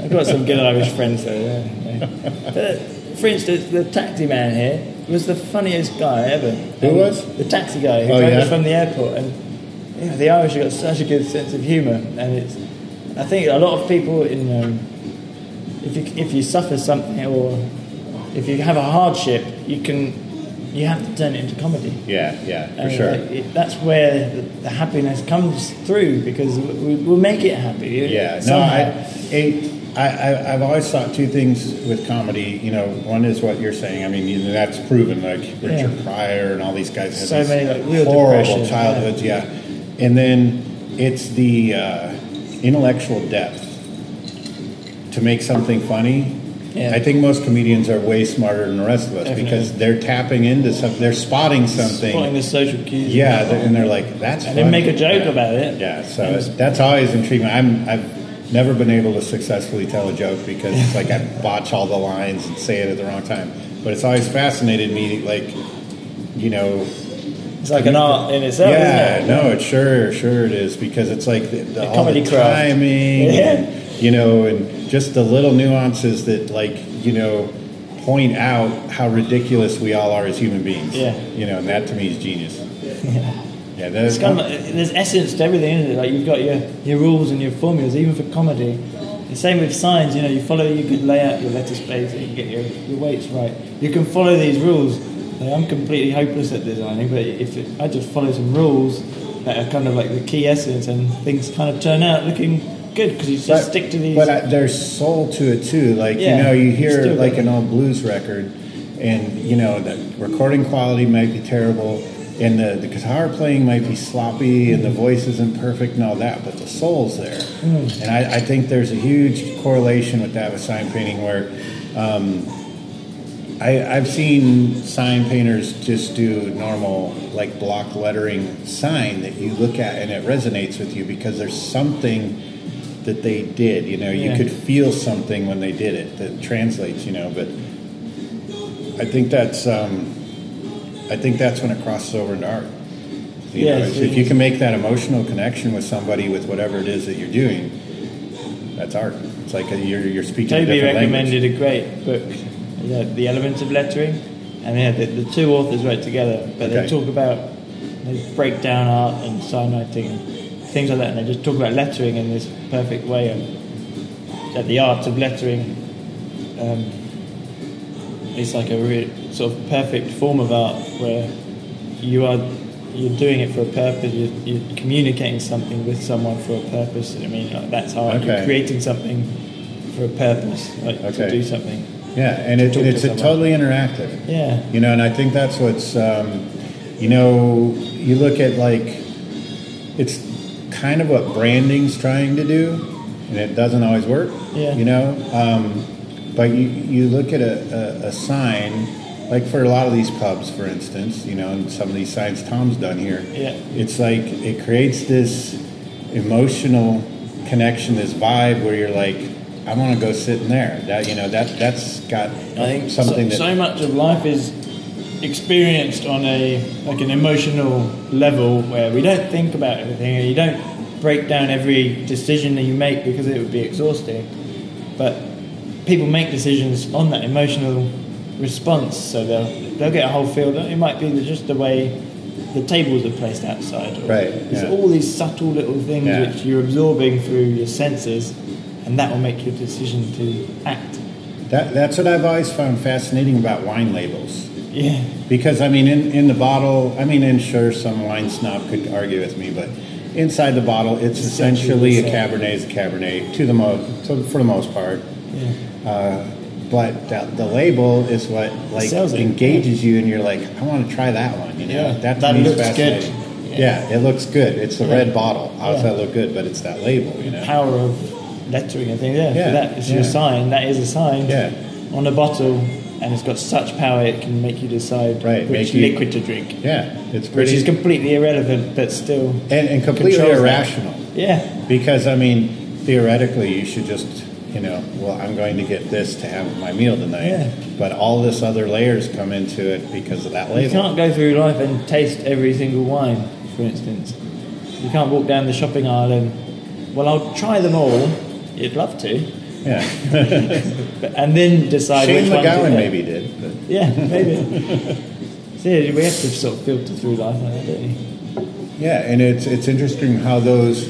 S3: I've got some good Irish friends though. Yeah. yeah. But, for instance, the taxi man here was the funniest guy ever.
S5: Who
S3: Um,
S5: was?
S3: The taxi guy who
S5: Oh,
S3: drove
S5: yeah?
S3: us from the airport. And you know, the Irish have got such a good sense of humour. And it's, I think a lot of people in, um, if you if you suffer something or if you have a hardship, you can, you have to turn it into comedy.
S5: Yeah, yeah, for
S3: And,
S5: sure.
S3: like, it, that's where the, the happiness comes through because we, we'll make it happy.
S5: Yeah, no,
S3: somehow.
S5: I, it, I, I, I've always thought two things with comedy. You know, one is what you're saying. I mean, you know, that's proven. Like Richard
S3: Yeah.
S5: Pryor and all these guys had
S3: So
S5: these
S3: many, like, real
S5: horrible
S3: depression,
S5: childhoods. Yeah. and then it's the uh, intellectual depth to make something funny.
S3: Yeah.
S5: I think most comedians are way smarter than the rest of us
S3: Definitely.
S5: because they're tapping into something, they're spotting something.
S3: Spotting the social cues.
S5: yeah, they're- and they're like, "That's."
S3: And they
S5: funny."
S3: make a joke about it.
S5: Yeah, so it's- that's always intriguing. I'm, I've never been able to successfully tell a joke because it's like I botch all the lines and say it at the wrong time. But it's always fascinated me, like, you know,
S3: It's like an art in itself,
S5: yeah,
S3: isn't it?
S5: no, it sure, sure it is because it's like the, the, all
S3: comedy
S5: the
S3: craft.
S5: timing,
S3: Yeah.
S5: and, you know, and just the little nuances that, like, you know, point out how ridiculous we all are as human beings.
S3: Yeah.
S5: you know, and that to me is genius. Yeah, that's
S3: It's kind of like- there's essence to everything, isn't it? Like you've got your, your rules and your formulas, even for comedy. The same with signs, you know, you follow, you can lay out your letter space, you can get your, your weights right. You can follow these rules. Now, I'm completely hopeless at designing, but if it, I just follow some rules that are kind of like the key essence and things kind of turn out looking good because you just
S5: but,
S3: stick to these.
S5: But I, there's soul to it too. Like
S3: Yeah,
S5: you know, you
S3: it's
S5: hear
S3: still
S5: like
S3: good.
S5: an old blues record, and you know the recording quality might be terrible, and the, the guitar playing might be sloppy, and the voice isn't perfect and all that, but the soul's there.
S3: Mm.
S5: And I, I think there's a huge correlation with that with sign painting, where um, I, I've seen sign painters just do normal, like block lettering sign that you look at and it resonates with you because there's something that they did. You know, you
S3: Yeah.
S5: could feel something when they did it that translates. You know, but I think that's um, I think that's when it crosses over into art. You
S3: Yeah,
S5: know,
S3: it's-
S5: if if you can make that emotional connection with somebody with whatever it is that you're doing, that's art. It's like a, you're you're speaking. a
S3: Toby
S5: different language.
S3: recommended a great book, yeah, The Elements of Lettering, and yeah, the, the two authors wrote together, but
S5: Okay.
S3: they talk about they break down art and sign writing and things like that, and they just talk about lettering in this perfect way of that the art of lettering um, is like a real sort of perfect form of art where you are you're doing it for a purpose. You're, you're communicating something with someone for a purpose. I mean, like, that's art.
S5: Okay.
S3: You're creating something for a purpose, like
S5: Okay.
S3: to do something.
S5: Yeah, and it,
S3: Talk to
S5: it's a
S3: someone.
S5: totally interactive.
S3: Yeah.
S5: You know, and I think that's what's, um, you know, you look at like, it's kind of what branding's trying to do, and it doesn't always work.
S3: Yeah.
S5: You know, um, but you, you look at a, a, a sign, like for a lot of these pubs, for instance, you know, and some of these signs Tom's done here.
S3: Yeah.
S5: It's like it creates this emotional connection, this vibe where you're like, I want to go sit in there. That you know that that's got
S3: I think
S5: something
S3: so,
S5: that
S3: so much of life is experienced on a like an emotional level where we don't think about everything and you don't break down every decision that you make because it would be exhausting. But people make decisions on that emotional response, so they'll they'll get a whole field. It might be the- just the way the tables are placed outside. Or
S5: Right,
S3: It's
S5: yeah.
S3: all these subtle little things
S5: Yeah.
S3: which you're absorbing through your senses, and that will make your decision to act.
S5: That, that's what I've always found fascinating about wine labels.
S3: Yeah.
S5: Because, I mean, in, in the bottle, I mean, and sure, some wine snob could argue with me, but inside the bottle, it's
S3: Essentially
S5: essentially a
S3: the same.
S5: Cabernet is a Cabernet to the mo- to, for the most part.
S3: Yeah.
S5: Uh, but the, the label is what like
S3: sells it.
S5: engages you, and you're like, I want to try that one. You know,
S3: Yeah.
S5: that, to
S3: That
S5: me is
S3: looks good.
S5: fascinating. Yeah. it looks good. It's the red bottle. How does
S3: Yeah.
S5: that look good? But it's that label, you know.
S3: power of lettering and things. Yeah,
S5: Yeah,
S3: yeah that is
S5: yeah.
S3: your sign. That is a sign
S5: Yeah.
S3: on a bottle, and it's got such power it can make you decide
S5: Right,
S3: which
S5: make you-
S3: liquid to drink,
S5: yeah, it's
S3: which
S5: pretty
S3: is completely irrelevant, but still
S5: and, and completely
S3: controls that.
S5: irrational.
S3: Yeah,
S5: Because I mean, theoretically, you should just, you know, well, I'm going to get this to have my meal tonight.
S3: Yeah.
S5: But all this other layers come into it because of that
S3: you
S5: label.
S3: can't go through life and taste every single wine, for instance. You can't walk down the shopping aisle and well, I'll try them all. You'd love to,
S5: Yeah.
S3: but, and then decide
S5: Shane
S3: which one to
S5: McGowan
S3: take.
S5: maybe did. But
S3: Yeah, maybe. so yeah, we have to sort of filter through life like that, don't we?
S5: yeah, and it's it's interesting how those,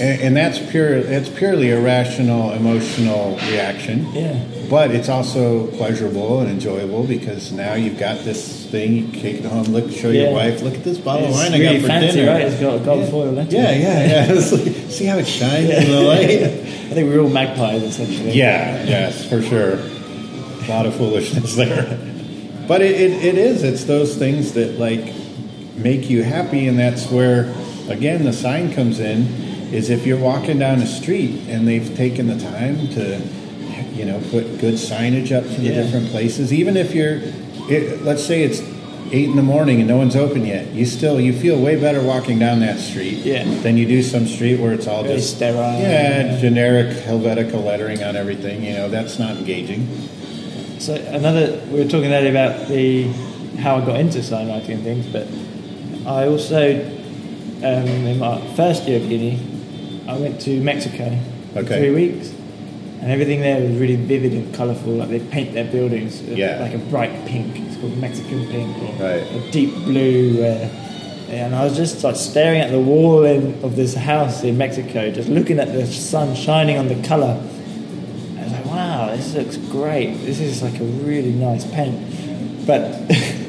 S5: and, and that's pure. It's purely irrational, emotional reaction.
S3: Yeah.
S5: But it's also pleasurable and enjoyable because now you've got this thing. You take it home, look, show your
S3: Yeah.
S5: wife. Look at this bottle
S3: It's
S5: of wine Oh, I
S3: really
S5: got for
S3: fancy,
S5: dinner.
S3: right? It's got gold foil lettering.
S5: Yeah, yeah, yeah. It's like, see how it shines in the light.
S3: I think we're all magpies essentially.
S5: Yeah, yes, for sure. A lot of foolishness there. But it, it, it is, it's those things that like make you happy, and that's where, again, the sign comes in is if you're walking down the street and they've taken the time to you know, put good signage up for the
S3: Yeah.
S5: different places. Even if you're, it, let's say it's eight in the morning and no one's open yet, you still you feel way better walking down that street
S3: Yeah.
S5: than you do some street where it's all
S3: Very
S5: just
S3: sterile.
S5: Yeah, generic Helvetica lettering on everything. You know, that's not engaging.
S3: So another, we were talking earlier about the how I got into signwriting and things, but I also um, in my first year of uni, I went to Mexico for
S5: Okay.
S3: three weeks, and everything there was really vivid and colourful. Like they paint their buildings uh,
S5: Yeah.
S3: like a bright pink. It's called Mexican pink or
S5: Right.
S3: a deep blue. Uh, and I was just like staring at the wall in, of this house in Mexico, just looking at the sun shining on the colour. I was like, wow, this looks great. This is like a really nice paint. But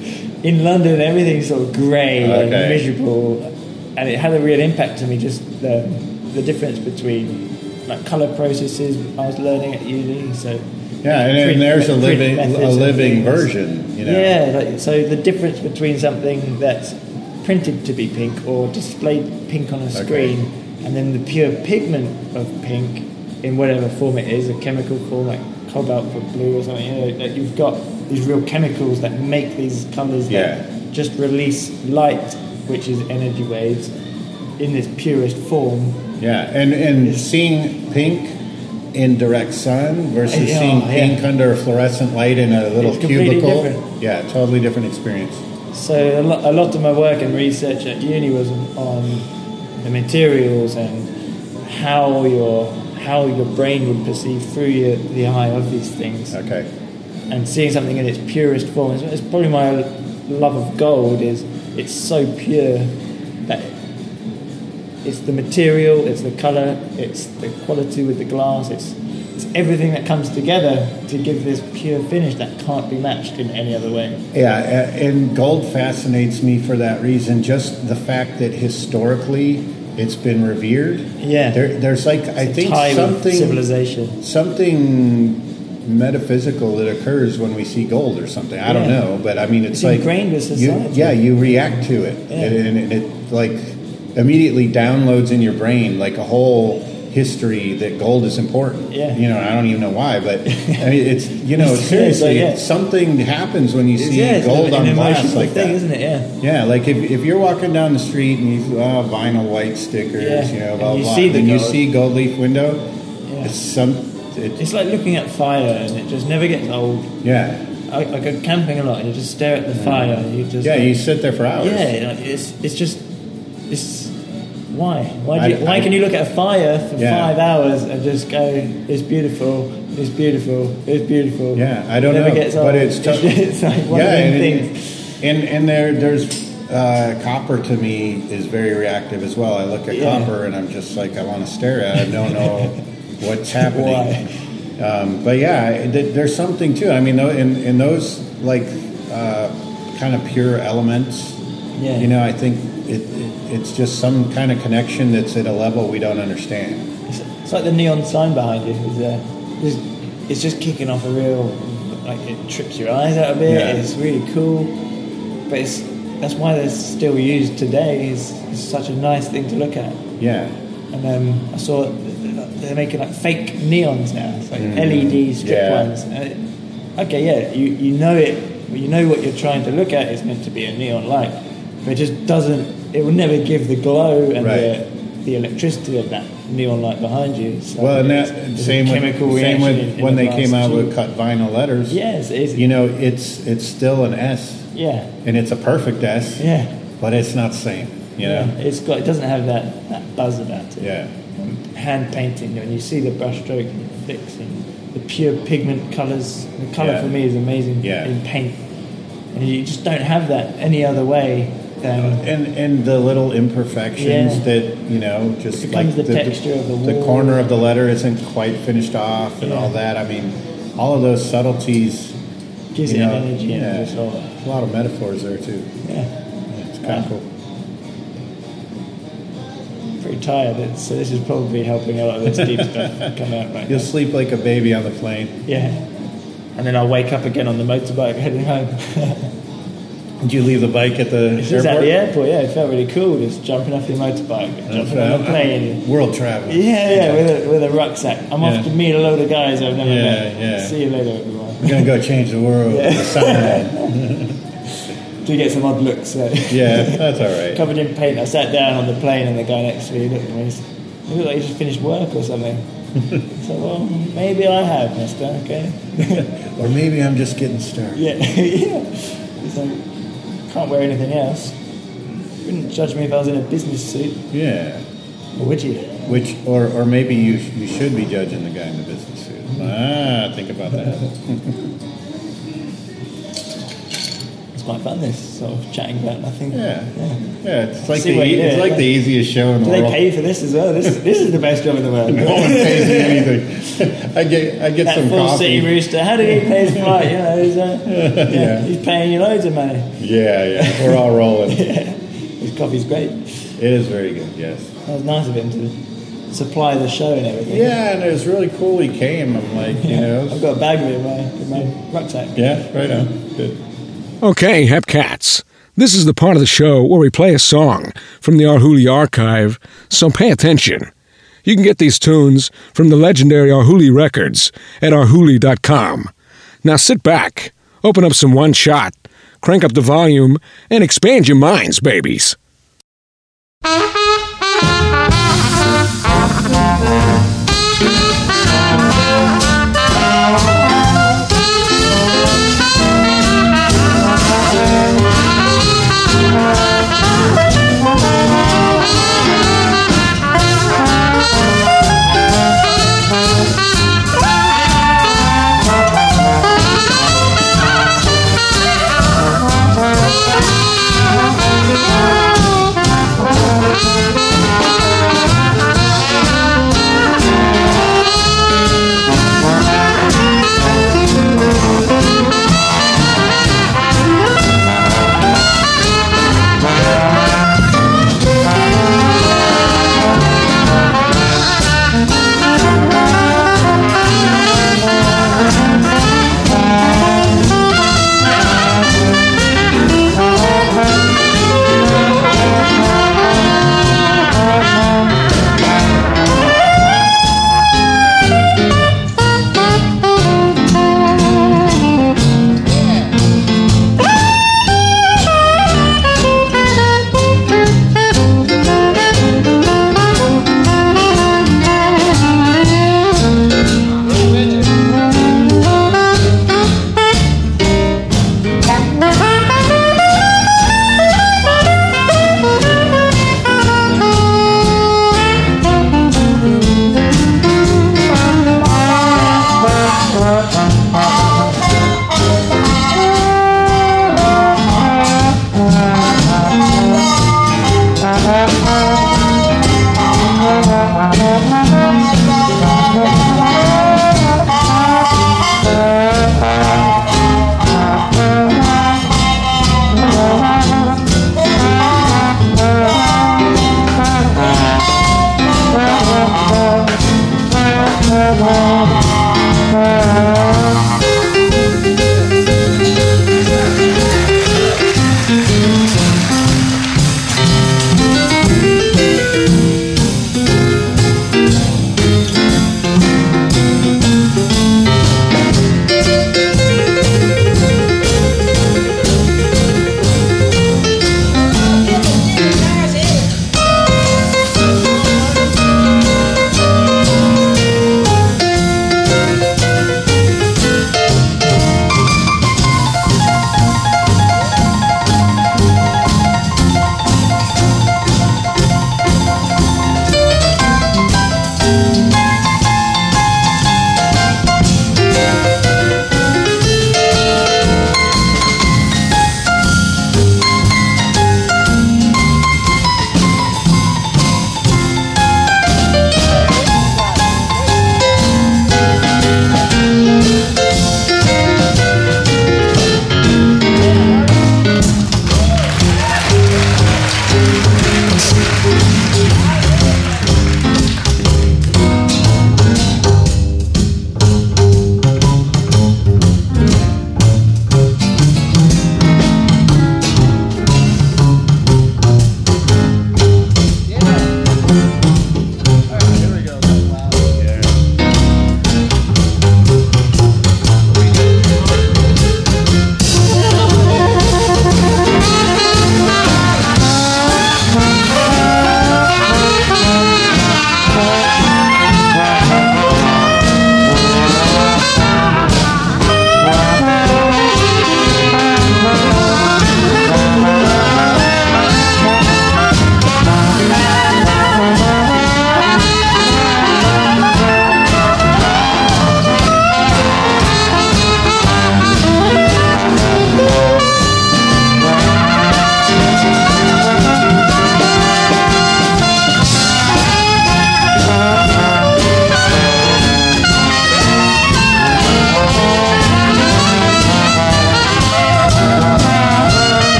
S3: in London, everything's sort of grey
S5: Okay.
S3: and miserable. And it had a real impact on me, just the, the difference between like colour processes I was learning at uni. So
S5: Yeah, and,
S3: print-
S5: and there's a
S3: print
S5: living a
S3: methods and things.
S5: living version. You know.
S3: Yeah, like, so the difference between something that's printed to be pink or displayed pink on a
S5: Okay.
S3: screen and then the pure pigment of pink in whatever form it is, a chemical form like cobalt for blue or something, you know, that you've got these real chemicals that make these colours
S5: Yeah.
S3: that just release light, which is energy waves, in this purest form.
S5: Yeah, and and seeing pink in direct sun versus
S3: Yeah,
S5: seeing
S3: yeah.
S5: pink under a fluorescent light in a little
S3: It's completely
S5: cubicle.
S3: different.
S5: Yeah, totally different experience.
S3: So a lot, a lot of my work and research at uni was on the materials and how your how your brain would perceive through your, the eye of these things.
S5: Okay.
S3: And seeing something in its purest form It's- it's probably my love of gold. Is it's so pure that it's the material, it's the color, it's the quality with the glass, it's it's everything that comes together to give this pure finish that can't be matched in any other way.
S5: Yeah, a- and gold fascinates me for that reason. Just the fact that historically it's been revered.
S3: Yeah.
S5: There, there's like I think
S3: Tie with
S5: something
S3: civilization.
S5: something metaphysical that occurs when we see gold or something. I don't
S3: Yeah.
S5: know, but I mean, it's,
S3: It's
S5: like
S3: ingrained with
S5: you-
S3: society.
S5: yeah, you react to it,
S3: Yeah.
S5: and, and it like immediately downloads in your brain like a whole history that gold is important.
S3: Yeah.
S5: you know, I don't even know why, but I mean, it's you know,
S3: It's-
S5: seriously,
S3: yeah.
S5: something happens when you see
S3: yeah, it's
S5: gold
S3: an,
S5: on
S3: an
S5: glass
S3: emotional
S5: like
S3: thing,
S5: that.
S3: isn't it? Yeah.
S5: Yeah, like if, if you're walking down the street and you uh, vinyl white stickers,
S3: Yeah,
S5: you know,
S3: and
S5: blah
S3: you
S5: blah,
S3: see
S5: and
S3: the
S5: then you
S3: gold.
S5: see gold leaf window,
S3: Yeah.
S5: it's some. It,
S3: It's like looking at fire, and it just never gets old.
S5: yeah,
S3: I, I go camping a lot, and you just stare at the fire. And you just
S5: yeah,
S3: like,
S5: you sit there for hours.
S3: yeah. Like, it's it's just it's why why do
S5: I-
S3: you, why
S5: I-
S3: can you look at a fire for
S5: Yeah.
S3: five hours and just go it's beautiful, it's beautiful, it's beautiful.
S5: Yeah, I don't
S3: It never
S5: know,
S3: Gets
S5: but
S3: old.
S5: it's tough.
S3: it's like one
S5: yeah,
S3: of them
S5: and,
S3: things.
S5: and and there there's uh, copper to me is very reactive as well. I look at
S3: Yeah.
S5: copper and I'm just like I want to stare at. it. I don't know what's happening.
S3: Why?
S5: Um, but yeah, th- there's something too. I mean, tho- in in those like uh, kind of pure elements,
S3: Yeah.
S5: you know, I think it, it it's just some kind of connection that's at a level we don't understand.
S3: It's, it's like the neon sign behind you. Is, uh, it's, it's just kicking off a real, like it trips your eyes out a bit.
S5: Yeah.
S3: It's really cool, but it's that's why they're still used today. Is it's such a nice thing to look at.
S5: Yeah.
S3: And um, I saw they're making like fake neons now, it's like LED strip
S5: Hmm. Yeah.
S3: ones. And it- okay, yeah, you, you know it, you know what you're trying to look at is meant to be a neon light, but it just doesn't. It will never give the glow and
S5: Right.
S3: the, the electricity of that neon light behind you. So
S5: Well, and
S3: it's-
S5: that
S3: it's a
S5: same
S3: chemical
S5: with, same
S3: reaction
S5: with
S3: in- in
S5: when
S3: the
S5: they
S3: glass
S5: came out
S3: too.
S5: with cut vinyl letters.
S3: Yes, it is.
S5: You know, it's it's still an S,
S3: yeah,
S5: and it's a perfect S,
S3: yeah,
S5: but it's not same. You
S3: yeah.
S5: know,
S3: It's got. It doesn't have that, that buzz about it.
S5: yeah,
S3: hand painting and you see the brushstroke and it flicks and the pure pigment colours. The colour
S5: Yeah.
S3: for me is amazing
S5: Yeah.
S3: in paint, and you just don't have that any other way than
S5: and and the little imperfections
S3: Yeah.
S5: that you know, just
S3: It
S5: like
S3: becomes the texture of the wall.
S5: corner of the letter isn't quite finished off, and all that. I mean, all of those subtleties.
S3: gives
S5: you
S3: it an
S5: know,
S3: energy
S5: yeah.
S3: and just all that.
S5: A lot of metaphors there too.
S3: Yeah,
S5: It's kind of
S3: Yeah.
S5: cool.
S3: I'm pretty tired. It's, so this is probably helping a lot of this deep stuff come out right
S5: You'll
S3: now.
S5: sleep like a baby on the plane.
S3: Yeah, and then I'll wake up again on the motorbike heading home.
S5: Did you leave the bike at the
S3: It's
S5: airport?
S3: at the airport, yeah, it felt really cool just jumping off your motorbike, and
S5: That's
S3: jumping
S5: right.
S3: on a plane.
S5: World travel.
S3: Yeah, yeah, with a, with a rucksack. I'm
S5: Yeah.
S3: off to meet a load of guys I've never
S5: Yeah,
S3: met.
S5: yeah.
S3: See you later, everyone.
S5: We're gonna go change the world. with the sign.
S3: Do get some odd looks. So.
S5: yeah, that's all right.
S3: Covered in paint, I sat down on the plane and the guy next to me looked at me. He's, he looked like he just finished work or something. so, well, maybe I have, mister, okay?
S5: Or maybe I'm just getting started.
S3: Yeah, yeah. He's like, can't wear anything else. Wouldn't judge me if I was in a business suit,
S5: Yeah.
S3: or would you?
S5: Which, or, or maybe you, sh- you should be judging the guy in the business suit. Ah, think about that.
S3: It's quite fun. This sort of chatting about nothing.
S5: Yeah. Yeah, it's like, the,
S3: See what you
S5: e-
S3: did.
S5: it's like the easiest show in the
S3: Do they
S5: world.
S3: pay for this as well? This is, this is the best job in the world.
S5: No one pays me anything. I get, I get
S3: that
S5: some
S3: full
S5: coffee.
S3: city rooster. How did he pay his flight? You know, he's, uh, yeah,
S5: Yeah.
S3: he's paying you loads of money.
S5: Yeah, yeah. We're all rolling.
S3: His coffee's great.
S5: It is very good, yes.
S3: That was nice of him to supply the show and everything.
S5: Yeah, and it was really cool he came. I'm like, you
S3: I've
S5: know.
S3: got a bag of it in my, in my rucksack.
S5: Yeah, right on. Good.
S4: Okay, Hepcats. This is the part of the show where we play a song from the Arhuli archive, so pay attention. You can get these tunes from the legendary Arhuli records at arhuli.com. Now sit back, open up some one shot, crank up the volume, and expand your minds, babies.
S6: Thank you.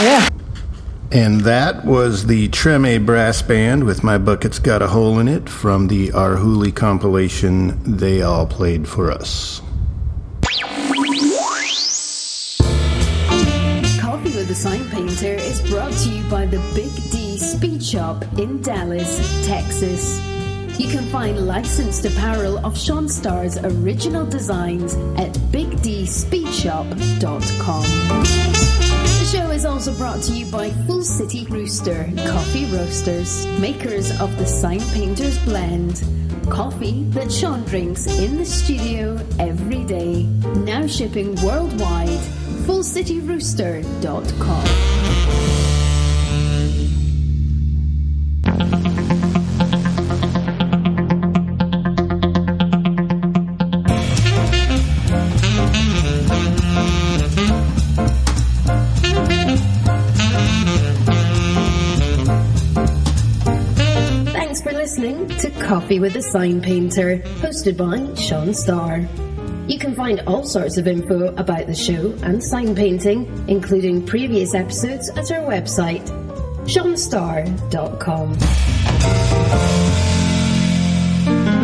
S1: Yeah.
S2: And that was the Treme Brass Band with My Bucket's Got a Hole in It from the Arhuli compilation They All Played for Us.
S1: Coffee with a Sign Painter is brought to you by the Big D Speed Shop in Dallas, Texas. You can find licensed apparel of Sean Starr's original designs at bigdspeedshop.com. The show is also brought to you by Full City Rooster Coffee Roasters, makers of the Sign Painters Blend. Coffee that Sean drinks in the studio every day. Now shipping worldwide. FullCityRooster.com. Thanks for listening to Coffee with a Sign Painter, hosted by Sean Starr. You can find all sorts of info about the show and sign painting, including previous episodes, at our website, seanstar.com.